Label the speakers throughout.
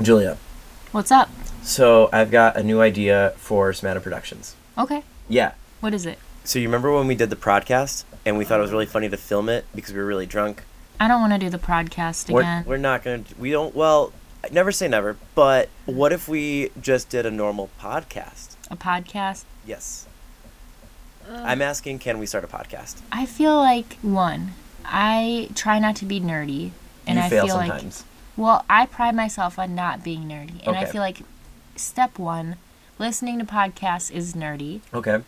Speaker 1: Julia,
Speaker 2: What's up?
Speaker 1: so I've got a new idea for Smata Productions.
Speaker 2: Okay.
Speaker 1: Yeah.
Speaker 2: What is it?
Speaker 1: So you remember when we did the podcast and we thought it was really funny to film it because we were really drunk?
Speaker 2: I don't want to do the podcast
Speaker 1: We're,
Speaker 2: again.
Speaker 1: we're not going to, we don't, well, never say never, but what if we just did a normal podcast?
Speaker 2: a podcast?
Speaker 1: Yes.
Speaker 2: Oh.
Speaker 1: I'm asking, can we start a podcast?
Speaker 2: I feel like one. I try not to be nerdy, and
Speaker 1: you
Speaker 2: I
Speaker 1: fail
Speaker 2: feel like
Speaker 1: sometimes.
Speaker 2: well, I pride myself on not being nerdy, and I
Speaker 1: Okay.
Speaker 2: feel like step one, listening to podcasts is nerdy.
Speaker 1: okay.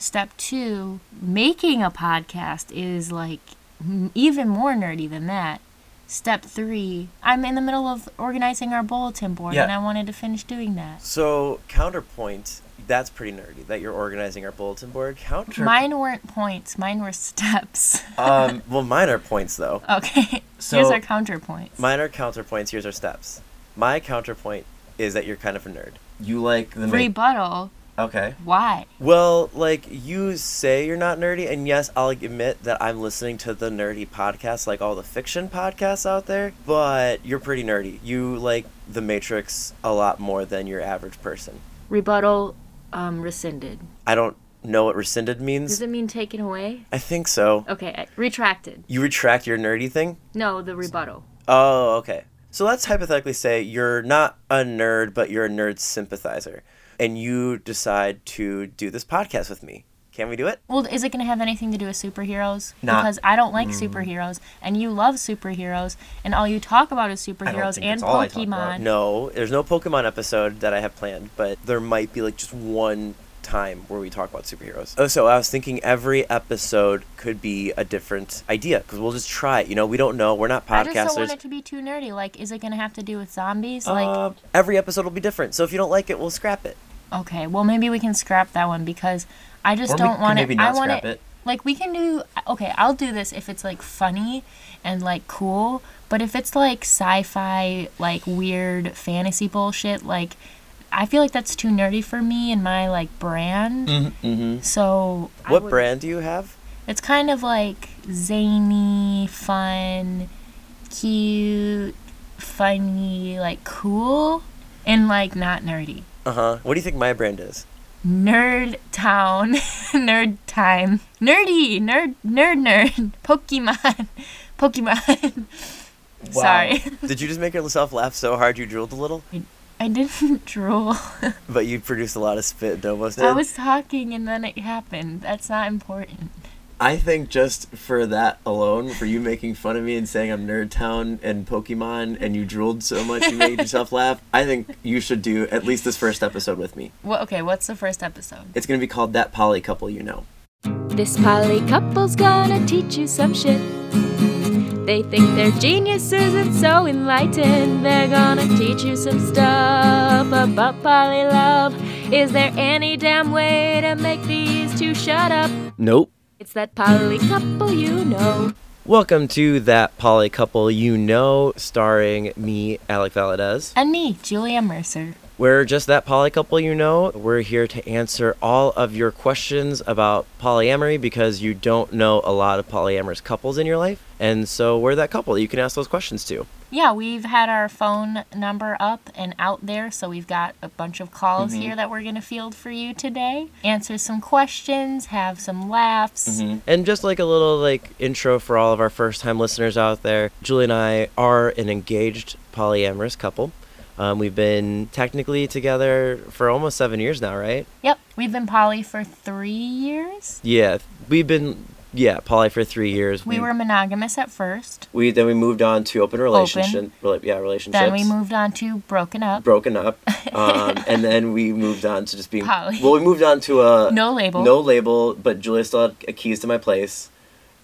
Speaker 2: Step two, making a podcast is like m- even more nerdy than that. Step three, I'm in the middle of organizing our bulletin board,
Speaker 1: Yeah.
Speaker 2: and I wanted to finish doing that.
Speaker 3: So counterpoint, that's pretty nerdy that you're organizing our bulletin board. Counter.
Speaker 2: Mine weren't points. Mine were steps.
Speaker 3: um, well, mine are points though.
Speaker 2: Okay. Here's
Speaker 1: So-
Speaker 2: our counterpoints.
Speaker 3: Mine are counterpoints. Here's our steps. My counterpoint is that you're kind of a nerd.
Speaker 1: You like the make-
Speaker 2: Rebuttal.
Speaker 1: Okay.
Speaker 2: Why?
Speaker 3: Well, like you say you're not nerdy, and yes, I'll admit that I'm listening to the nerdy podcasts, like all the fiction podcasts out there. But you're pretty nerdy. You like The Matrix a lot more than your average person.
Speaker 2: Rebuttal. Um, rescinded.
Speaker 3: I don't know what rescinded means.
Speaker 2: Does it mean taken away?
Speaker 3: I think so.
Speaker 2: Okay. I- Retracted.
Speaker 3: You retract your nerdy thing.
Speaker 2: No, the rebuttal.
Speaker 3: Oh, okay. So let's hypothetically say you're not a nerd, but you're a nerd sympathizer, and you decide to do this podcast with me. Can we do it?
Speaker 2: Well, is it going to have anything to do with superheroes?
Speaker 1: Not- Mm.
Speaker 2: because I don't like superheroes, and you love superheroes, and all you talk about is superheroes
Speaker 1: think
Speaker 2: and
Speaker 1: that's all I talk about.
Speaker 2: Pokemon.
Speaker 3: No, there's no Pokemon episode that I have planned, but there might be like just one time where we talk about superheroes. Oh, so I was thinking every episode could be a different idea because we'll just try it. You know, we don't know. We're not
Speaker 2: I just don't
Speaker 3: podcasters.
Speaker 2: want it to be too nerdy. Like, is it going to have to do with zombies?
Speaker 3: Uh, every episode will be different. So if you don't like it, we'll scrap it.
Speaker 2: like, okay, well maybe we can scrap that one because I just
Speaker 1: Or we
Speaker 2: don't
Speaker 1: could
Speaker 2: want it.
Speaker 1: maybe not
Speaker 2: I want
Speaker 1: scrap
Speaker 2: it.
Speaker 1: it.
Speaker 2: Like we can do okay, I'll do this if it's like funny and like cool, but if it's like sci-fi like weird fantasy bullshit like I feel like that's too nerdy for me and my like brand.
Speaker 1: Mm-hmm.
Speaker 2: So I
Speaker 3: What
Speaker 2: would-
Speaker 3: brand do you have?
Speaker 2: It's kind of like zany, fun, cute, funny, like cool and like not nerdy.
Speaker 3: Uh huh. What do you think my brand is?
Speaker 2: Nerd Town, Nerd Time, Nerdy, Nerd, Nerd, Nerd, Pokemon, Pokemon.
Speaker 1: Wow.
Speaker 2: Sorry,
Speaker 3: Did you just make yourself laugh so hard you drooled a little?
Speaker 2: I didn't drool.
Speaker 3: But you produced a lot of spit, no was
Speaker 2: I was talking and then it happened. That's not important.
Speaker 1: I think just for that alone, for you making fun of me and saying I'm Nerd Town and Pokemon and you drooled so much you made yourself laugh, I think you should do at least this first episode with me.
Speaker 2: Well, okay, what's the first episode?
Speaker 1: It's going to be called That Poly Couple You Know.
Speaker 4: This poly couple's gonna teach you some shit. They think they're geniuses and so enlightened. They're gonna teach you some stuff about poly love. Is there any damn way to make these two shut up?
Speaker 3: Nope.
Speaker 4: It's that poly couple you know.
Speaker 3: Welcome to that poly couple you know, starring me, Alec Valadez.
Speaker 2: And me, Julia Mercer.
Speaker 3: We're just that poly couple you know. We're here to answer all of your questions about polyamory because you don't know a lot of polyamorous couples in your life. And so we're that couple that you can ask those questions to.
Speaker 2: Yeah, we've had our phone number up and out there, so we've got a bunch of calls
Speaker 3: Mm-hmm.
Speaker 2: here that we're going to field for you today. Answer some questions, have some laughs.
Speaker 3: And just like a little like intro for all of our first time listeners out there, Julie and I are an engaged polyamorous couple. Um, we've been technically together for almost seven years now, right?
Speaker 2: Yep, we've been poly for three years.
Speaker 3: Yeah, we've been yeah poly for three years.
Speaker 2: We were monogamous at first,
Speaker 3: we then we moved on to open relationship. Rela- yeah, relationships.
Speaker 2: then we moved on to broken up.
Speaker 3: broken up, um, and then we moved on to just being
Speaker 2: Poly.
Speaker 3: well. We moved on to a
Speaker 2: No label.
Speaker 3: no label, but Julia still had a keys to my place,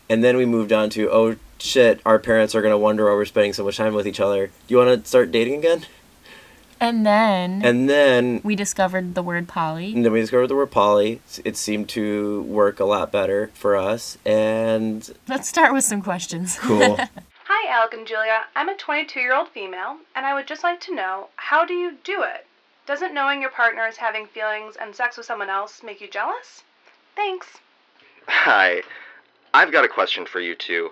Speaker 3: and then we moved on to oh shit, our parents are gonna wonder why we're spending so much time with each other. Do you want to start dating again?
Speaker 2: And then
Speaker 3: And Mm. then
Speaker 2: we discovered the word poly.
Speaker 3: and then we discovered the word poly. It seemed to work a lot better for us, and
Speaker 2: Let's start with some questions.
Speaker 3: cool.
Speaker 5: Hi, Alec and Julia. I'm a 22 year old female, and I would just like to know how do you do it? Doesn't knowing your partner is having feelings and sex with someone else make you jealous? Thanks.
Speaker 6: Hi. I've got a question for you two.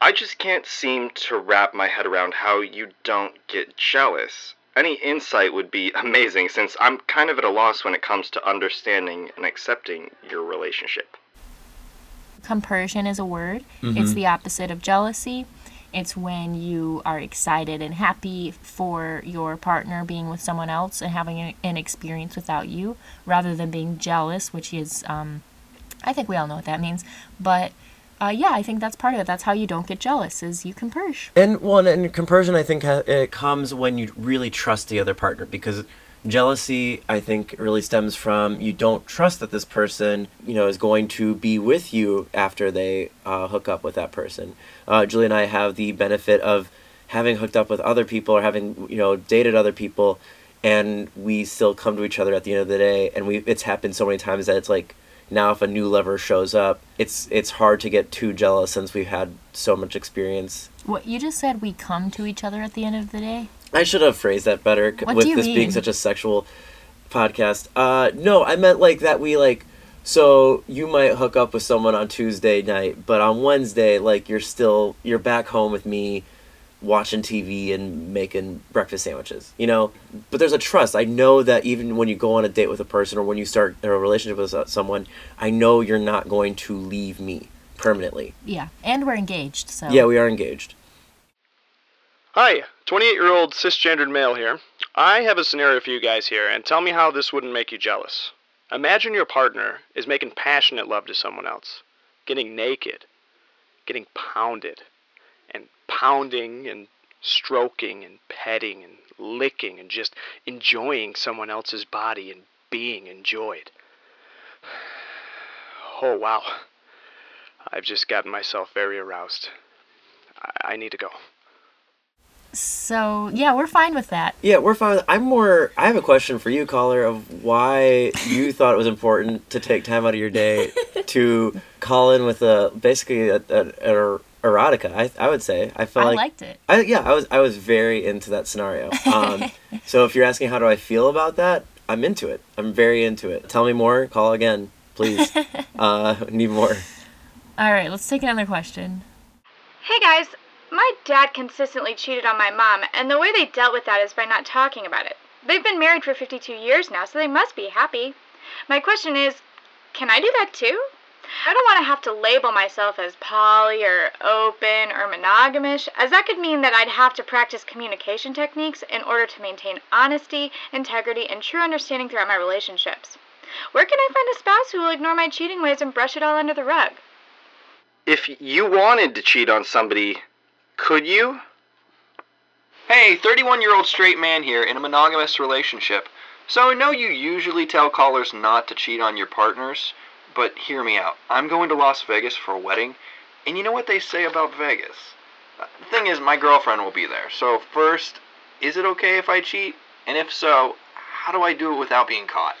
Speaker 6: I just can't seem to wrap my head around how you don't get jealous. Any insight would be amazing since I'm kind of at a loss when it comes to understanding and accepting your relationship.
Speaker 2: Compersion is a word.
Speaker 3: Mm-hmm.
Speaker 2: It's the opposite of jealousy. It's when you are excited and happy for your partner being with someone else and having an, an experience without you, rather than being jealous, which is, um, I think we all know what that means. But uh, yeah, I think that's part of it. That's how you don't get jealous is you can purge.
Speaker 3: And one and compersion, I think ha- it comes when you really trust the other partner because jealousy, I think, really stems from you don't trust that this person, you know, is going to be with you after they uh, hook up with that person. Uh, Julie and I have the benefit of having hooked up with other people or having you know dated other people, and we still come to each other at the end of the day. And we it's happened so many times that it's like now if a new lover shows up, it's it's hard to get too jealous since we've had so much experience
Speaker 2: What you just said, we come to each other at the end of the day.
Speaker 3: I should have phrased that better c-
Speaker 2: What
Speaker 3: with
Speaker 2: do you
Speaker 3: this being
Speaker 2: mean?
Speaker 3: such a sexual podcast. Uh, no, I meant like that we like. So you might hook up with someone on Tuesday night, but on Wednesday, like you're still you're back home with me, watching TV and making breakfast sandwiches. You know, but there's a trust. I know that even when you go on a date with a person or when you start a relationship with so- someone, I know you're not going to leave me permanently.
Speaker 2: Yeah, and we're engaged, so
Speaker 3: Yeah, we are engaged.
Speaker 7: Hi, 28 year old cisgendered male here. I have a scenario for you guys here, and tell me how this wouldn't make you jealous. Imagine your partner is making passionate love to someone else, getting naked, getting pounded, and pounding and stroking and petting and licking and just enjoying someone else's body and being enjoyed. Oh, wow. I've just gotten myself very aroused. I, I need to go.
Speaker 2: So yeah, we're fine with that.
Speaker 3: Yeah, we're fine. with- I'm more. I have a question for you, caller, of why you thought it was important to take time out of your day to call in with a basically a, a, a erotica. I, I would say I felt
Speaker 2: I
Speaker 3: like
Speaker 2: liked it.
Speaker 3: I, yeah, I was I was very into that scenario. Um, so if you're asking how do I feel about that, I'm into it. I'm very into it. Tell me more. Call again, please. uh, need more.
Speaker 2: All right, let's take another question.
Speaker 8: Hey guys, my dad consistently cheated on my mom, and the way they dealt with that is by not talking about it. They've been married for 52 years now, so they must be happy. My question is can I do that too? I don't want to have to label myself as poly or open or monogamish, as that could mean that I'd have to practice communication techniques in order to maintain honesty, integrity, and true understanding throughout my relationships. Where can I find a spouse who will ignore my cheating ways and brush it all under the rug?
Speaker 6: If you wanted to cheat on somebody, could you? Hey, 31 year old straight man here in a monogamous relationship. So I know you usually tell callers not to cheat on your partners, but hear me out. I'm going to Las Vegas for a wedding, and you know what they say about Vegas? Uh, The thing is, my girlfriend will be there. So, first, is it okay if I cheat? And if so, how do I do it without being caught?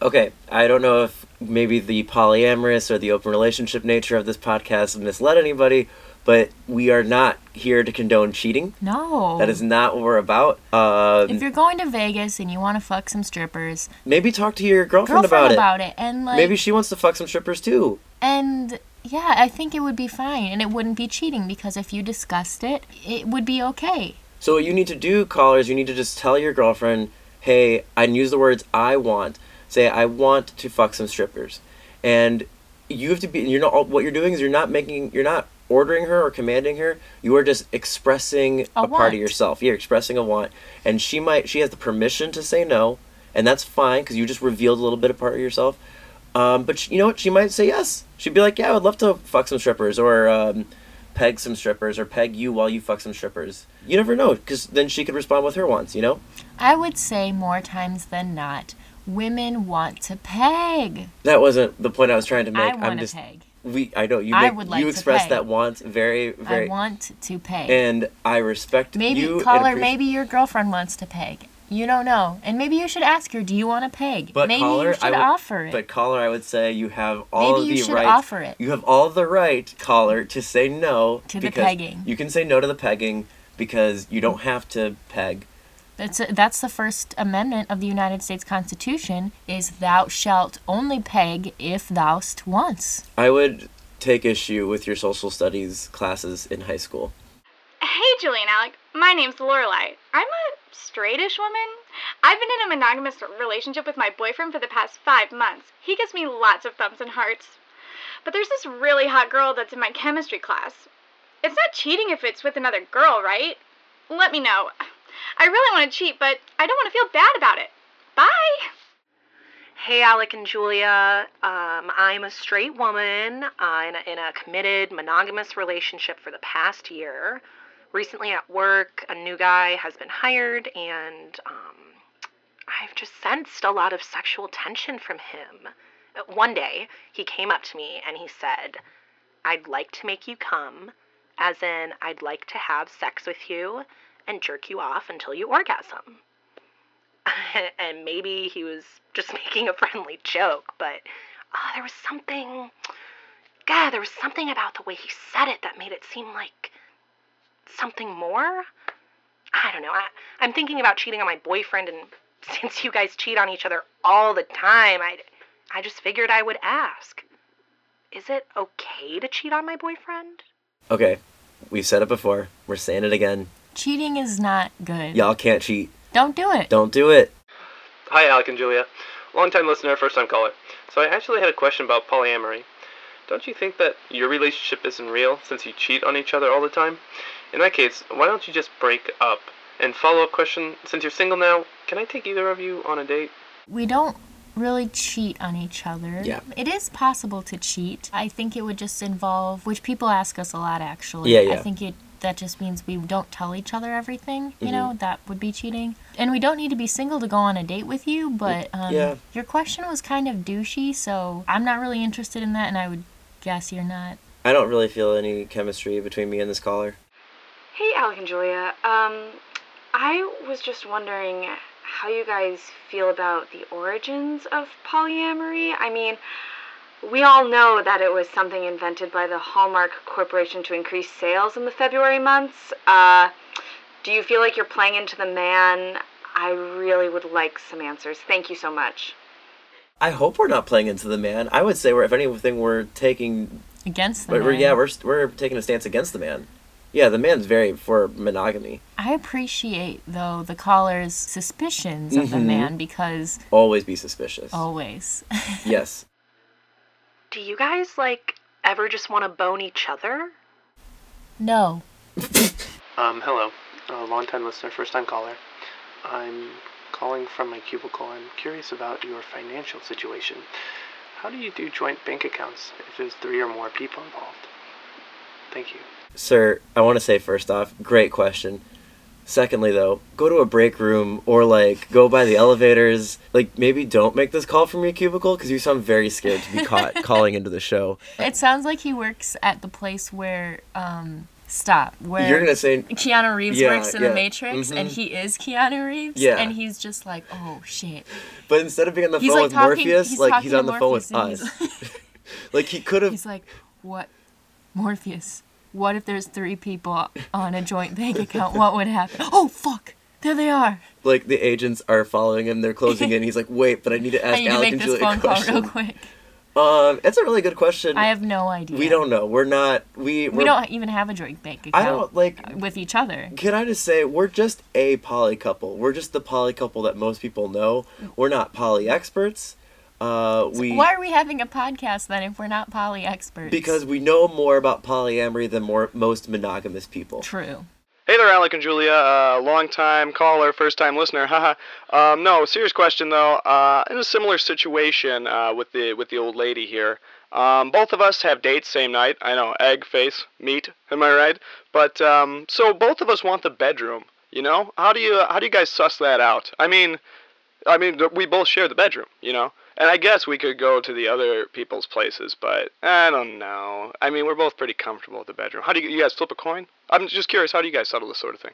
Speaker 3: Okay, I don't know if maybe the polyamorous or the open relationship nature of this podcast misled anybody, but we are not here to condone cheating.
Speaker 2: No.
Speaker 3: That is not what we're about. Um,
Speaker 2: If you're going to Vegas and you want to fuck some strippers,
Speaker 3: maybe talk to your girlfriend,
Speaker 2: girlfriend
Speaker 3: about,
Speaker 2: about,
Speaker 3: it.
Speaker 2: it. and like
Speaker 3: maybe she wants to fuck some strippers too.
Speaker 2: and yeah, I think it would be fine and it wouldn't be cheating because if you discussed it, it would be okay.
Speaker 3: So what you need to do, callers, you need to just tell your girlfriend, "Hey," and use the words "I want." Say, "I want to fuck some strippers," and you have to be. You're not. What you're doing is you're not making. You're not ordering her or commanding her. You are just expressing a,
Speaker 2: A
Speaker 3: part of
Speaker 2: want.
Speaker 3: yourself. You're expressing a want, and she might. She has the permission to say no, and that's fine because you just revealed a little bit of part of yourself. Um, but sh you know what? She might say yes. She'd be like, "Yeah, I would love to fuck some strippers," or um, peg some strippers, or peg you while you fuck some strippers. You never know, because then she could respond with her wants. You know?
Speaker 2: I would say more times than not, women want to peg.
Speaker 3: That wasn't the point I was trying to make.
Speaker 2: I
Speaker 3: I'm
Speaker 2: want to
Speaker 3: just
Speaker 2: peg.
Speaker 3: we. I know you. Make,
Speaker 2: I would like
Speaker 3: you
Speaker 2: to
Speaker 3: express
Speaker 2: peg.
Speaker 3: that want very, very,
Speaker 2: I want to peg.
Speaker 3: and I respect
Speaker 2: maybe
Speaker 3: you. and
Speaker 2: caller,
Speaker 3: appreci-
Speaker 2: maybe your girlfriend wants to peg. You don't know, and maybe you should ask her. Do you want to peg?
Speaker 3: But
Speaker 2: maybe
Speaker 3: caller,
Speaker 2: you should
Speaker 3: I would,
Speaker 2: offer it.
Speaker 3: But caller, I would say you have all
Speaker 2: Maybe you
Speaker 3: the
Speaker 2: should
Speaker 3: right.
Speaker 2: offer it.
Speaker 3: You have all the right, caller, to say no
Speaker 2: To the
Speaker 3: because
Speaker 2: pegging.
Speaker 3: You can say no to the pegging because you don't have to peg.
Speaker 2: That's that's the first amendment of the United States Constitution is thou shalt only peg if thou'st once.
Speaker 3: I would take issue with your social studies classes in high school.
Speaker 8: Hey, Julie and Alec. My name's Lorelai. I'm a straightish woman. I've been in a monogamous relationship with my boyfriend for the past five months. He gives me lots of thumbs and hearts. But there's this really hot girl that's in my chemistry class. It's not cheating if it's with another girl, right? Let me know. I really want to cheat, but I don't want to feel bad about it. Bye!
Speaker 9: Hey, Alec and Julia. Um, I'm a straight woman uh, in, a, in a committed monogamous relationship for the past year. Recently at work, a new guy has been hired, and um, I've just sensed a lot of sexual tension from him. Uh, One day, he came up to me and he said, I'd like to make you come, as in, I'd like to have sex with you and jerk you off until you orgasm. and maybe he was just making a friendly joke, but uh, there was something. God, there was something about the way he said it that made it seem like something more. I don't know. I, I'm thinking about cheating on my boyfriend, and since you guys cheat on each other all the time, I, I just figured I would ask. Is it okay to cheat on my boyfriend?
Speaker 3: Okay, we've said it before. We're saying it again.
Speaker 2: Cheating is not good.
Speaker 3: Y'all can't cheat.
Speaker 2: Don't do it.
Speaker 3: Don't do it.
Speaker 7: Hi, Alec and Julia. Long-time listener, first-time caller. So I actually had a question about polyamory. Don't you think that your relationship isn't real since you cheat on each other all the time? In that case, why don't you just break up? And follow-up question, since you're single now, can I take either of you on a date?
Speaker 2: we don't really cheat on each other.
Speaker 3: Yeah.
Speaker 2: It is possible to cheat. I think it would just involve, which people ask us a lot actually.
Speaker 3: Yeah, yeah.
Speaker 2: I think it that just means we don't tell each other everything,
Speaker 3: Mm-hmm.
Speaker 2: you know, that would be cheating. And we don't need to be single to go on a date with you, but um,
Speaker 3: Mm, yeah.
Speaker 2: your question was kind of douchey, so I'm not really interested in that and I would guess you're not.
Speaker 3: I don't really feel any chemistry between me and this caller.
Speaker 8: Hey, Alec and Julia. Um, I was just wondering how you guys feel about the origins of polyamory. I mean, we all know that it was something invented by the Hallmark Corporation to increase sales in the February months. Uh, do you feel like you're playing into the man? I really would like some answers. Thank you so much.
Speaker 3: I hope we're not playing into the man. I would say we're, if anything, we're taking,
Speaker 2: Against them.
Speaker 3: we're, yeah, we're we're taking a stance against the man. Yeah, the man's very for monogamy.
Speaker 2: I appreciate though the caller's suspicions of
Speaker 3: Mm-hmm.
Speaker 2: the man because
Speaker 3: Always be suspicious.
Speaker 2: Oh. always.
Speaker 3: Yes.
Speaker 9: Do you guys, like, ever just want to bone each other?
Speaker 2: no.
Speaker 7: Um, hello. Uh, long-time listener, first-time caller. I'm calling from my cubicle. I'm curious about your financial situation. How do you do joint bank accounts if there's three or more people involved? Thank you.
Speaker 3: Sir, I want to say first off, great question. Secondly, though, go to a break room or like go by the elevators. Like maybe don't make this call from your cubicle because you sound very scared to be caught calling into the show.
Speaker 2: It sounds like he works at the place where um stop where
Speaker 3: You're gonna say
Speaker 2: Keanu Reeves
Speaker 3: Yeah,
Speaker 2: works in
Speaker 3: yeah. Mm-hmm.
Speaker 2: the Matrix and he is Keanu Reeves
Speaker 3: Yeah.
Speaker 2: and he's just like, "Oh shit."
Speaker 3: But instead of being on the
Speaker 2: He's,
Speaker 3: phone
Speaker 2: like,
Speaker 3: with
Speaker 2: talking-
Speaker 3: Morpheus,
Speaker 2: he's
Speaker 3: like
Speaker 2: talking
Speaker 3: he's
Speaker 2: to
Speaker 3: on the phone with
Speaker 2: Morpheus and
Speaker 3: us. like he could have.
Speaker 2: He's like, "What Morpheus? What if there's 3 people on a joint bank account? What would happen?" Oh fuck. There they are.
Speaker 3: Like the agents are following him, they're closing in. He's like, wait, but I need to ask
Speaker 2: I need to
Speaker 3: Alec
Speaker 2: make
Speaker 3: and
Speaker 2: this
Speaker 3: Julia
Speaker 2: phone
Speaker 3: a
Speaker 2: call
Speaker 3: question.
Speaker 2: real quick.
Speaker 3: Um, it's a really good question.
Speaker 2: I have no idea.
Speaker 3: we don't know. We're not. We we're,
Speaker 2: We don't even have a joint bank account.
Speaker 3: I don't like.
Speaker 2: with each other.
Speaker 3: Can I just say we're just a poly couple. We're just the poly couple that most people know. We're not poly experts. Uh, we
Speaker 2: Why are we having a podcast then if we're not poly experts?
Speaker 3: because we know more about polyamory than more most monogamous people.
Speaker 2: true.
Speaker 7: Hey there, Alec and Julia. Uh, long time caller, first time listener. Haha. um, no, serious question though. Uh, in a similar situation uh, with the with the old lady here. Um, both of us have dates same night. I know, egg face, meat. Am I right? But um, so both of us want the bedroom. You know, how do you how do you guys suss that out? I mean, I mean, th- we both share the bedroom. You know, and I guess we could go to the other people's places, but I don't know. I mean, we're both pretty comfortable with the bedroom. How do you, you guys flip a coin? I'm just curious. How do you guys settle this sort of thing?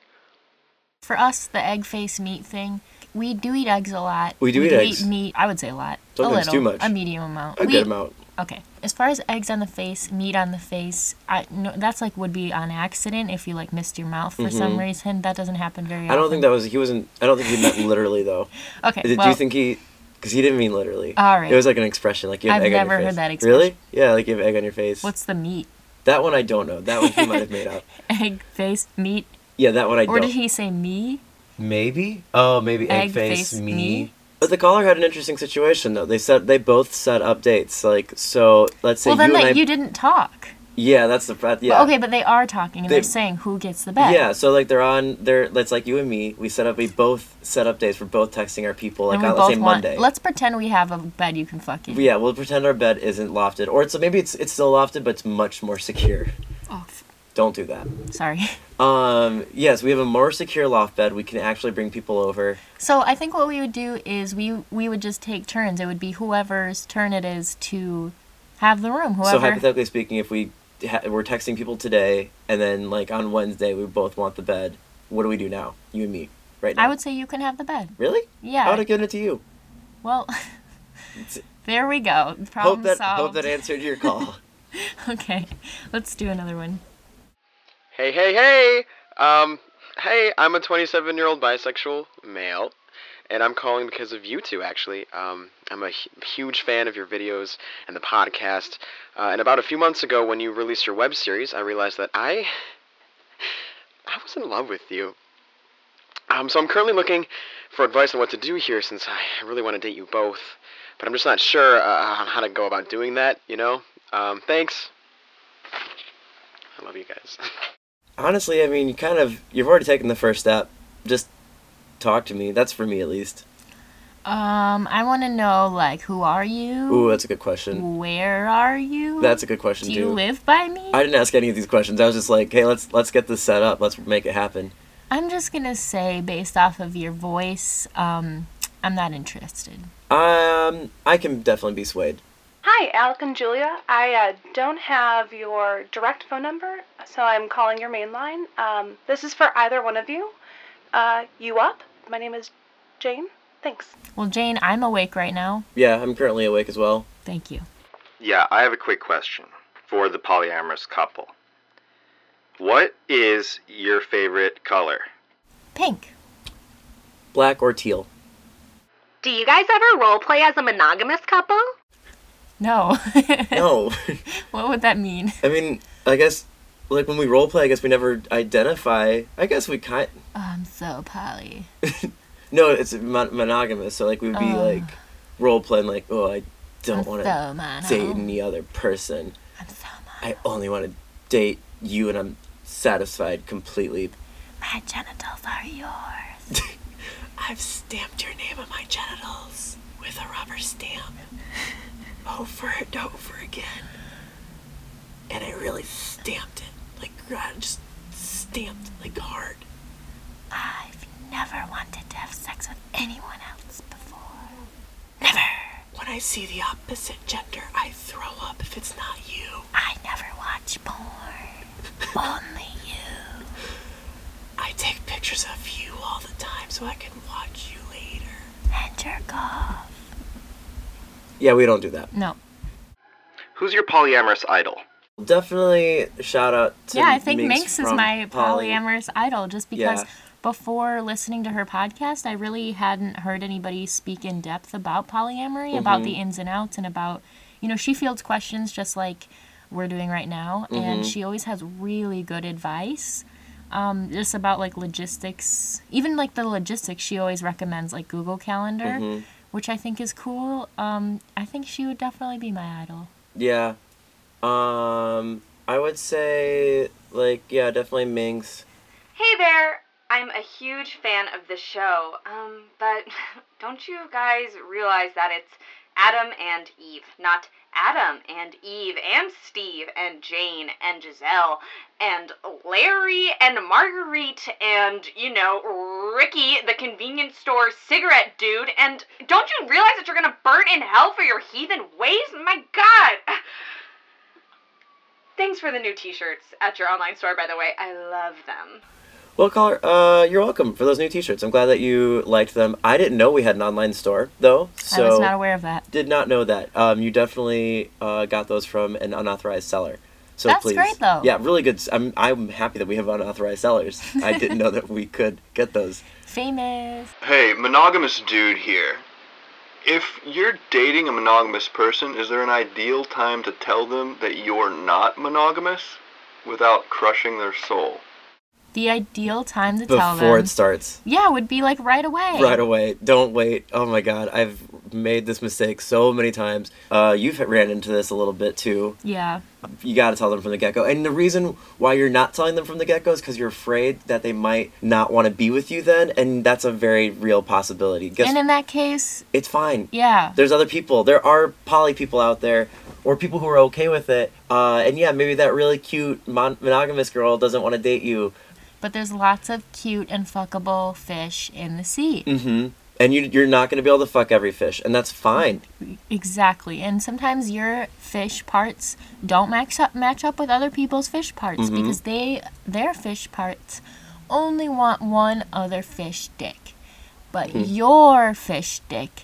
Speaker 2: For us, the egg face meat thing, we do eat eggs a lot.
Speaker 3: We do eat eggs.
Speaker 2: meat. I would say a lot. a
Speaker 3: Sometimes
Speaker 2: little,
Speaker 3: too much.
Speaker 2: A medium amount.
Speaker 3: A
Speaker 2: We-
Speaker 3: good amount.
Speaker 2: Okay. As far as eggs on the face, meat on the face, I no, that's like would be on accident if you like missed your mouth for some reason. That doesn't happen very often.
Speaker 3: Mm-hmm. I don't think that was he wasn't. I don't think he meant literally though.
Speaker 2: Okay.
Speaker 3: Did
Speaker 2: well,
Speaker 3: do you think he? Because he didn't mean literally.
Speaker 2: All right.
Speaker 3: It was like an expression, like you have
Speaker 2: I've
Speaker 3: egg on
Speaker 2: never
Speaker 3: your
Speaker 2: heard
Speaker 3: face.
Speaker 2: that
Speaker 3: Really? Yeah, like you have egg on your face.
Speaker 2: what's the meat?
Speaker 3: That one I don't know. That one he might have made up.
Speaker 2: Egg face meat.
Speaker 3: Yeah, that one I
Speaker 2: Or
Speaker 3: don't.
Speaker 2: did he say me?
Speaker 10: Maybe. Oh, maybe egg,
Speaker 2: Egg
Speaker 10: face,
Speaker 2: face
Speaker 10: me.
Speaker 2: me?
Speaker 3: But the caller had an interesting situation though. They said they both set up dates. Like so, let's say
Speaker 2: well, then
Speaker 3: you and
Speaker 2: like
Speaker 3: I.
Speaker 2: you didn't talk.
Speaker 3: yeah, that's the that- yeah.
Speaker 2: But, okay, but they are talking and
Speaker 3: They-
Speaker 2: they, are saying who gets the bet.
Speaker 3: Yeah, so like they're on they're that's like you and me. We set up we both set up dates. We're both texting our people like
Speaker 2: and we
Speaker 3: on
Speaker 2: both
Speaker 3: let's say
Speaker 2: want.
Speaker 3: Monday.
Speaker 2: Let's pretend we have a bed you can fuck in.
Speaker 3: yeah, we'll pretend our bed isn't lofted, or it's maybe it's it's still lofted, but it's much more secure.
Speaker 2: Oh, f-
Speaker 3: Don't do that.
Speaker 2: sorry.
Speaker 3: Um, yes, we have a more secure loft bed. We can actually bring people over.
Speaker 2: So I think what we would do is we we would just take turns. It would be whoever's turn it is to have the room.
Speaker 3: So
Speaker 2: Whoever.
Speaker 3: hypothetically speaking, if we ha- we're texting people today, and then like on Wednesday we both want the bed. What do we do now? You and me, right now.
Speaker 2: I would say you can have the bed.
Speaker 3: really. I
Speaker 2: Yeah.
Speaker 3: would have given it to you.
Speaker 2: Well. there we go. Problem
Speaker 3: hope that
Speaker 2: solved.
Speaker 3: hope that answered your call.
Speaker 2: okay, let's do another one.
Speaker 11: Hey, hey, hey! Um, hey, I'm a 27 year old bisexual male, and I'm calling because of you two, actually. Um, I'm a hu- huge fan of your videos and the podcast. Uh, and about a few months ago, when you released your web series, I realized that I. I was in love with you. Um, so I'm currently looking for advice on what to do here since I really want to date you both. But I'm just not sure uh, on how to go about doing that, you know? Um, thanks. I love you guys.
Speaker 3: honestly, I mean, you kind of you've already taken the first step. Just talk to me. That's for me at least.
Speaker 2: Um, I want to know like who are you?
Speaker 3: Ooh, that's a good question.
Speaker 2: Where are you?
Speaker 3: That's a good question
Speaker 2: Do
Speaker 3: too.
Speaker 2: you live by me?
Speaker 3: I didn't ask any of these questions. I was just like, hey, let's let's get this set up. Let's make it happen.
Speaker 2: I'm just gonna say, based off of your voice, um, I'm not interested.
Speaker 3: Um, I can definitely be swayed.
Speaker 5: Hi, Alec and Julia. I uh, don't have your direct phone number, so I'm calling your main line. Um, this is for either one of you. Uh, you up? My name is Jane. Thanks.
Speaker 2: Well, Jane, I'm awake right now.
Speaker 3: Yeah, I'm currently awake as well.
Speaker 2: Thank you.
Speaker 12: Yeah, I have a quick question for the polyamorous couple. What is your favorite color?
Speaker 2: Pink.
Speaker 3: Black or teal?
Speaker 9: Do you guys ever roleplay as a monogamous couple?
Speaker 2: No.
Speaker 3: No.
Speaker 2: what would that mean?
Speaker 3: I mean, I guess like when we role play, I guess we never identify. I guess we kind.
Speaker 2: Oh, I'm so poly.
Speaker 3: No, it's mon- monogamous. So like we would be
Speaker 2: Oh.
Speaker 3: like role playing. Like, oh, I don't
Speaker 2: I'm
Speaker 3: want to
Speaker 2: so mono.
Speaker 3: date any other person.
Speaker 2: I'm so mono.
Speaker 3: I only want to date you, and I'm satisfied completely.
Speaker 2: My genitals are yours.
Speaker 3: I've stamped your name on my genitals with a rubber stamp over and over again. And I really stamped it. Like, I just stamped, like, hard.
Speaker 2: I've never wanted to have sex with anyone else before.
Speaker 3: When I see the opposite gender, I throw up if it's not you.
Speaker 2: I never watch porn. Only you.
Speaker 3: I take pictures of you all the time so I can watch you later.
Speaker 2: And your golf.
Speaker 3: Yeah, we don't do that.
Speaker 2: No.
Speaker 12: Who's your polyamorous idol?
Speaker 3: Definitely shout out to
Speaker 2: yeah, I think
Speaker 3: Minx
Speaker 2: Minx is
Speaker 3: from
Speaker 2: my
Speaker 3: Poly.
Speaker 2: polyamorous idol just because
Speaker 3: Yeah.
Speaker 2: before listening to her podcast, I really hadn't heard anybody speak in depth about polyamory, about
Speaker 3: Mm-hmm.
Speaker 2: the ins and outs, and about, you know, she fields questions just like we're doing right now,
Speaker 3: Mm-hmm.
Speaker 2: and she always has really good advice. Um, just about like logistics, even like the logistics, she always recommends like Google Calendar,
Speaker 3: Mm-hmm.
Speaker 2: which I think is cool. Um, I think she would definitely be my idol.
Speaker 3: Yeah. Um I would say like yeah, definitely Minx.
Speaker 13: Hey there! I'm a huge fan of the show, um, but don't you guys realize that it's Adam and Eve, not Adam and Eve and Steve and Jane and Giselle and Larry and Marguerite and, you know, Ricky, the convenience store cigarette dude, and don't you realize that you're gonna burn in hell for your heathen ways? My god! Thanks for the new t shirts at your online store, by the way. I love them.
Speaker 3: Well, caller, uh, you're welcome for those new T-shirts. I'm glad that you liked them. I didn't know we had an online store though, so
Speaker 2: I was not aware of that.
Speaker 3: did not know that. Um, you definitely uh, got those from an unauthorized seller. So
Speaker 2: That's
Speaker 3: please,
Speaker 2: great, though.
Speaker 3: Yeah, really good. s- I'm I'm happy that we have unauthorized sellers. I didn't know that we could get those.
Speaker 2: Famous.
Speaker 12: Hey, monogamous dude here. If you're dating a monogamous person, is there an ideal time to tell them that you're not monogamous without crushing their soul?
Speaker 2: the ideal time to tell
Speaker 3: before
Speaker 2: them.
Speaker 3: it starts.
Speaker 2: yeah, would be like right away.
Speaker 3: Right away. Don't wait. Oh my god, I've made this mistake so many times. Uh, you've ran into this a little bit too.
Speaker 2: Yeah.
Speaker 3: You got to tell them from the get go. And the reason why you're not telling them from the get go is because you're afraid that they might not want to be with you then, and that's a very real possibility. Guess
Speaker 2: And in that case,
Speaker 3: it's fine.
Speaker 2: yeah.
Speaker 3: There's other people. There are poly people out there, or people who are okay with it. Uh, and yeah, maybe that really cute mon- monogamous girl doesn't want to date you.
Speaker 2: But there's lots of cute and fuckable fish in the sea.
Speaker 3: hmm And you, you're not going to be able to fuck every fish, and that's fine.
Speaker 2: Exactly. And sometimes your fish parts don't match up match up with other people's fish parts because they their fish parts only want one other fish dick. But your fish dick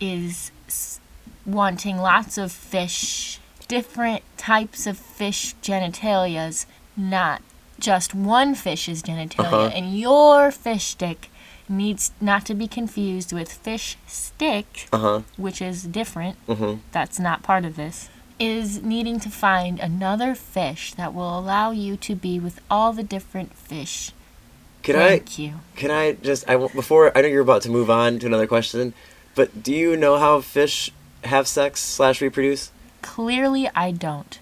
Speaker 2: is s- wanting lots of fish, different types of fish genitalias, not just one fish's genitalia. And your fish dick needs not to be confused with fish stick
Speaker 3: Uh huh.
Speaker 2: which is different,
Speaker 3: Mhm.
Speaker 2: that's not part of this, is needing to find another fish that will allow you to be with all the different fish.
Speaker 3: Could I
Speaker 2: Thank you.
Speaker 3: Can I just I wa- before I know you're about to move on to another question, but do you know how fish have sex slash reproduce?
Speaker 2: Clearly, I don't.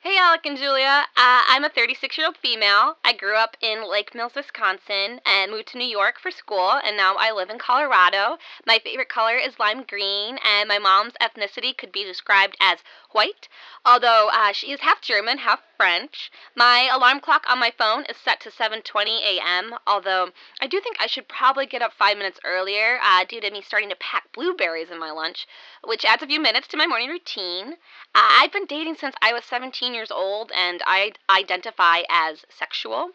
Speaker 4: Hey, Alec and Julia. Uh, I'm a 36 year old female. I grew up in Lake Mills, Wisconsin, and moved to New York for school, and now I live in Colorado. My favorite color is lime green, and my mom's ethnicity could be described as white, although uh, she is half German, half French. My alarm clock on my phone is set to 7:20 a.m., although I do think I should probably get up five minutes earlier uh, due to me starting to pack blueberries in my lunch, which adds a few minutes to my morning routine. I- I've been dating since I was 17 years old and I identify as sexual.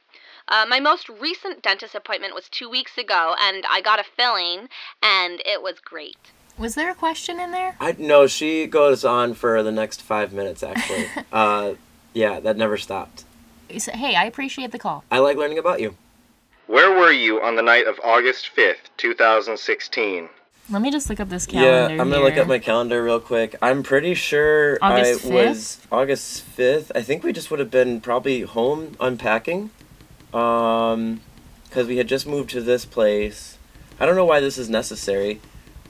Speaker 4: Uh, my most recent dentist appointment was two weeks ago and I got a filling and it was great.
Speaker 2: Was there a question in there?
Speaker 3: I no, she goes on for the next five minutes actually. uh, yeah, that never stopped.
Speaker 2: You said, Hey, I appreciate the call.
Speaker 3: I like learning about you.
Speaker 12: Where were you on the night of August 5th, 2016?
Speaker 2: Let me just look up this calendar.
Speaker 3: yeah, I'm gonna look
Speaker 2: here.
Speaker 3: at my calendar real quick. I'm pretty sure
Speaker 2: August
Speaker 3: I
Speaker 2: 5th?
Speaker 3: was August fifth. I think we just would have been probably home unpacking, um, because we had just moved to this place. I don't know why this is necessary.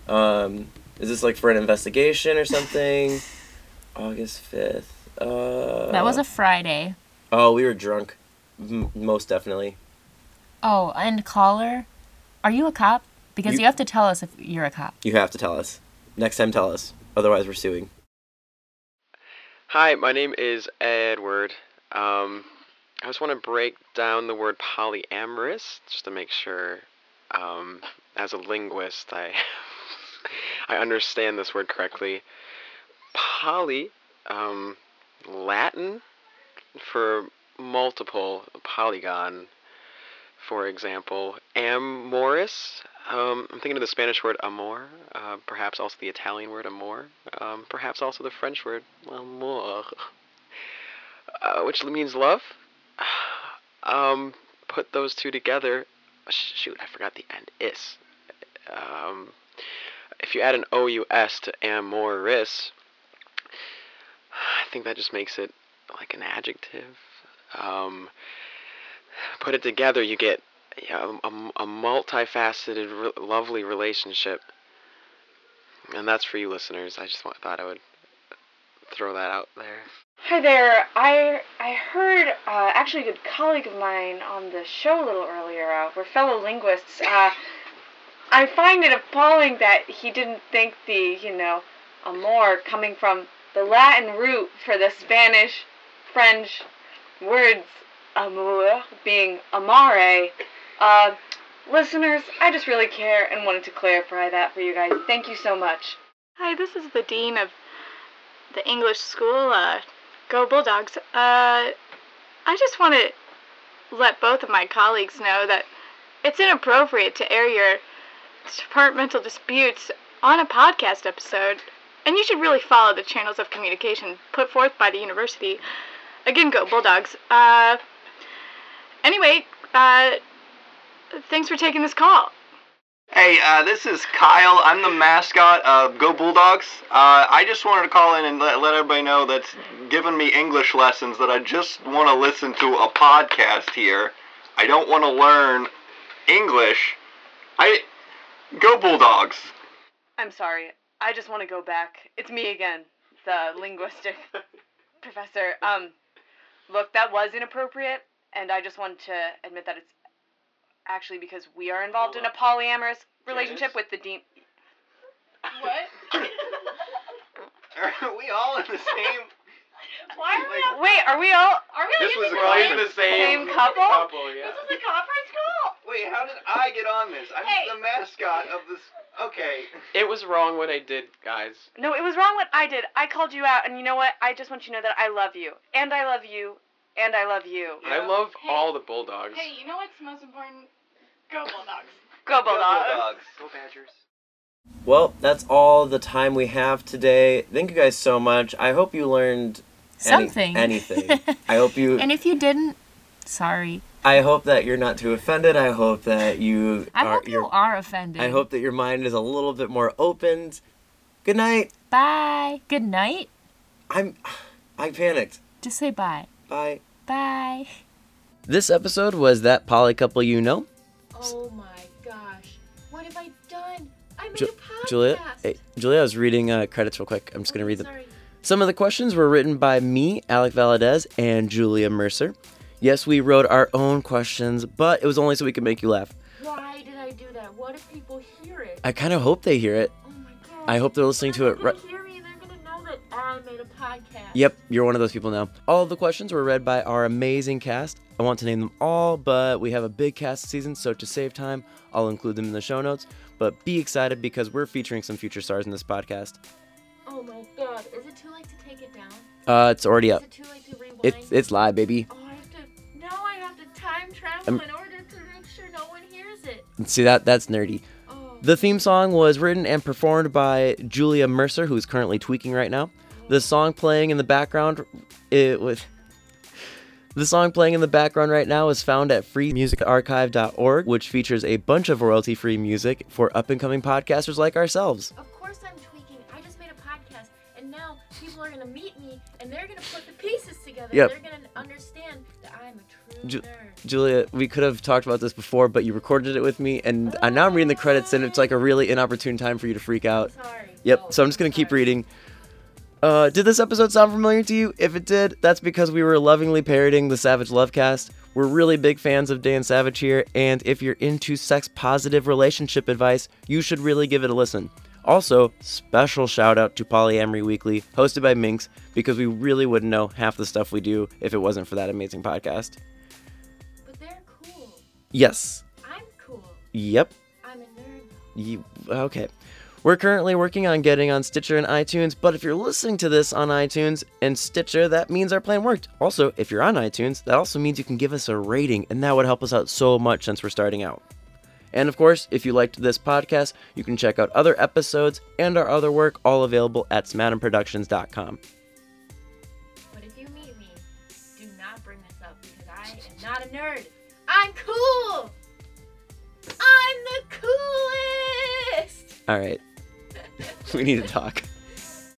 Speaker 3: Um, is this like for an investigation or something? August fifth. Uh,
Speaker 2: That was a Friday.
Speaker 3: Oh, we were drunk, m- most definitely.
Speaker 2: Oh, and caller, are you a cop? Because
Speaker 3: You-
Speaker 2: you have to tell us if you're a cop.
Speaker 3: You have to tell us next time. Tell us, otherwise we're suing.
Speaker 11: Hi, my name is Edward. Um, I just want to break down the word polyamorous just to make sure, um, as a linguist, I I understand this word correctly. Poly, um, Latin for multiple, polygon, for example. Amoris, um, I'm thinking of the Spanish word amor, uh, perhaps also the Italian word amor, um, perhaps also the French word amour, uh, which means love. Um, put those two together. sh- Shoot, I forgot the end. Is. Um, if you add an O-U-S to amoris, I think that just makes it like an adjective. Um, put it together, you get yeah, a, a, a multifaceted, re- lovely relationship. And that's for you listeners. I just wa- thought I would throw that out there.
Speaker 13: Hi there. I I heard uh, actually a good colleague of mine on the show a little earlier. Uh, we're fellow linguists. Uh, I find it appalling that he didn't think the you know amor coming from the Latin root for the Spanish, French words amour being amare. Uh, listeners, I just really care and wanted to clarify that for you guys. Thank you so much.
Speaker 14: Hi, this is the dean of the English school. Uh, go Bulldogs! Uh, I just want to let both of my colleagues know that it's inappropriate to air your departmental disputes on a podcast episode, and you should really follow the channels of communication put forth by the university. Again, go Bulldogs! Uh, anyway, uh, thanks for taking this call.
Speaker 12: Hey, uh, this is Kyle. I'm the mascot of Go Bulldogs. Uh, I just wanted to call in and let, let everybody know that's given me English lessons that I just want to listen to a podcast here.
Speaker 6: I don't want to learn English. I go Bulldogs.
Speaker 13: I'm sorry. I just want to go back. It's me again, the linguistic professor. Um, look, that was inappropriate, and I just want to admit that it's actually because we are involved in a polyamorous relationship with the dean. What?
Speaker 6: Are we all in the same?
Speaker 13: Why are we? Wait, are we all? Are
Speaker 6: this was all in the same,
Speaker 13: same couple?
Speaker 6: yeah.
Speaker 13: is a conference call.
Speaker 6: Wait, how did I get on this? I'm
Speaker 13: Hey.
Speaker 6: the mascot of this. Okay.
Speaker 11: It was wrong what I did, guys.
Speaker 13: No, it was wrong what I did. I called you out, and you know what? I just want you to know that I love you, and I love you, and I love you.
Speaker 11: I love all the Bulldogs.
Speaker 14: Hey, you know what's most important? Go Bulldogs.
Speaker 13: Go Bulldogs.
Speaker 6: Go Badgers.
Speaker 15: Well, that's all the time we have today. Thank you guys so much. I hope you learned any-
Speaker 16: Something.
Speaker 15: anything. I hope you.
Speaker 16: And if you didn't, sorry.
Speaker 15: I hope that you're not too offended. I hope that you
Speaker 16: I
Speaker 15: are.
Speaker 16: hope you
Speaker 15: you're-
Speaker 16: are offended.
Speaker 15: I hope that your mind is a little bit more opened. Good night.
Speaker 16: Bye. Good night.
Speaker 15: I'm. I panicked.
Speaker 16: Just say bye.
Speaker 15: Bye.
Speaker 16: Bye.
Speaker 3: This episode was That Poly Couple You Know.
Speaker 2: Oh my gosh. What have I done? I made
Speaker 3: Ju-
Speaker 2: a podcast.
Speaker 3: Julia, hey, Julia, I was reading uh, credits real quick. I'm just going to read them.
Speaker 2: Sorry.
Speaker 3: Some of the questions were written by me, Alec Valadez, and Julia Mercer. Yes, we wrote our own questions, but it was only so we could make you laugh.
Speaker 2: Why did I do that? What if people hear it?
Speaker 3: I kind of hope they hear it.
Speaker 2: Oh my gosh.
Speaker 3: I hope they're listening to
Speaker 2: They're
Speaker 3: it right.
Speaker 2: gonna hear me and they're gonna know that I made a podcast.
Speaker 3: Yep, you're one of those people now. All of the questions were read by our amazing cast. I want to name them all, but we have a big cast season, so to save time, I'll include them in the show notes. But be excited because we're featuring some future stars in this podcast.
Speaker 2: Oh my god. Is it too late to take it down?
Speaker 3: Uh, it's already up.
Speaker 2: Is it too late to rewind?
Speaker 3: It's it's live, baby.
Speaker 2: Oh, I have to. Now I have to time travel
Speaker 3: I'm-
Speaker 2: in order to make sure no one hears it.
Speaker 3: See that? That's nerdy.
Speaker 2: Oh.
Speaker 3: The theme song was written and performed by Julia Mercer, who's currently tweaking right now. The song playing in the background, it was. The song playing in the background right now is found at freemusicarchive.org, which features a bunch of royalty free music for up and coming podcasters like ourselves.
Speaker 2: Of course I'm tweaking. I just made a podcast, and now people are gonna meet me, and they're gonna put the pieces together.
Speaker 3: Yep.
Speaker 2: They're gonna understand that I'm a true
Speaker 3: Ju-
Speaker 2: nerd.
Speaker 3: Julia, we could have talked about this before, but you recorded it with me, and I- now I'm reading the credits, and it's like a really inopportune time for you to freak out.
Speaker 2: Sorry.
Speaker 3: Yep. So I'm just gonna keep reading. Uh, did this episode sound familiar to you? If it did, that's because we were lovingly parroting the Savage Lovecast. We're really big fans of Dan Savage here, and if you're into sex positive relationship advice, you should really give it a listen. Also, special shout out to Polyamory Weekly, hosted by Minx, because we really wouldn't know half the stuff we do if it wasn't for that amazing podcast.
Speaker 2: But they're cool.
Speaker 3: Yes.
Speaker 2: I'm cool.
Speaker 3: Yep.
Speaker 2: I'm a nerd.
Speaker 3: Ye- okay. We're currently working on getting on Stitcher and iTunes, but if you're listening to this on iTunes and Stitcher, that means our plan worked. Also, if you're on iTunes, that also means you can give us a rating, and that would help us out so much since we're starting out. And of course, if you liked this podcast, you can check out other episodes and our other work, all available at smadamproductions.com.
Speaker 2: But if you meet me, do not bring this up because I am not a nerd. I'm cool. I'm the coolest.
Speaker 3: All right. we need to talk.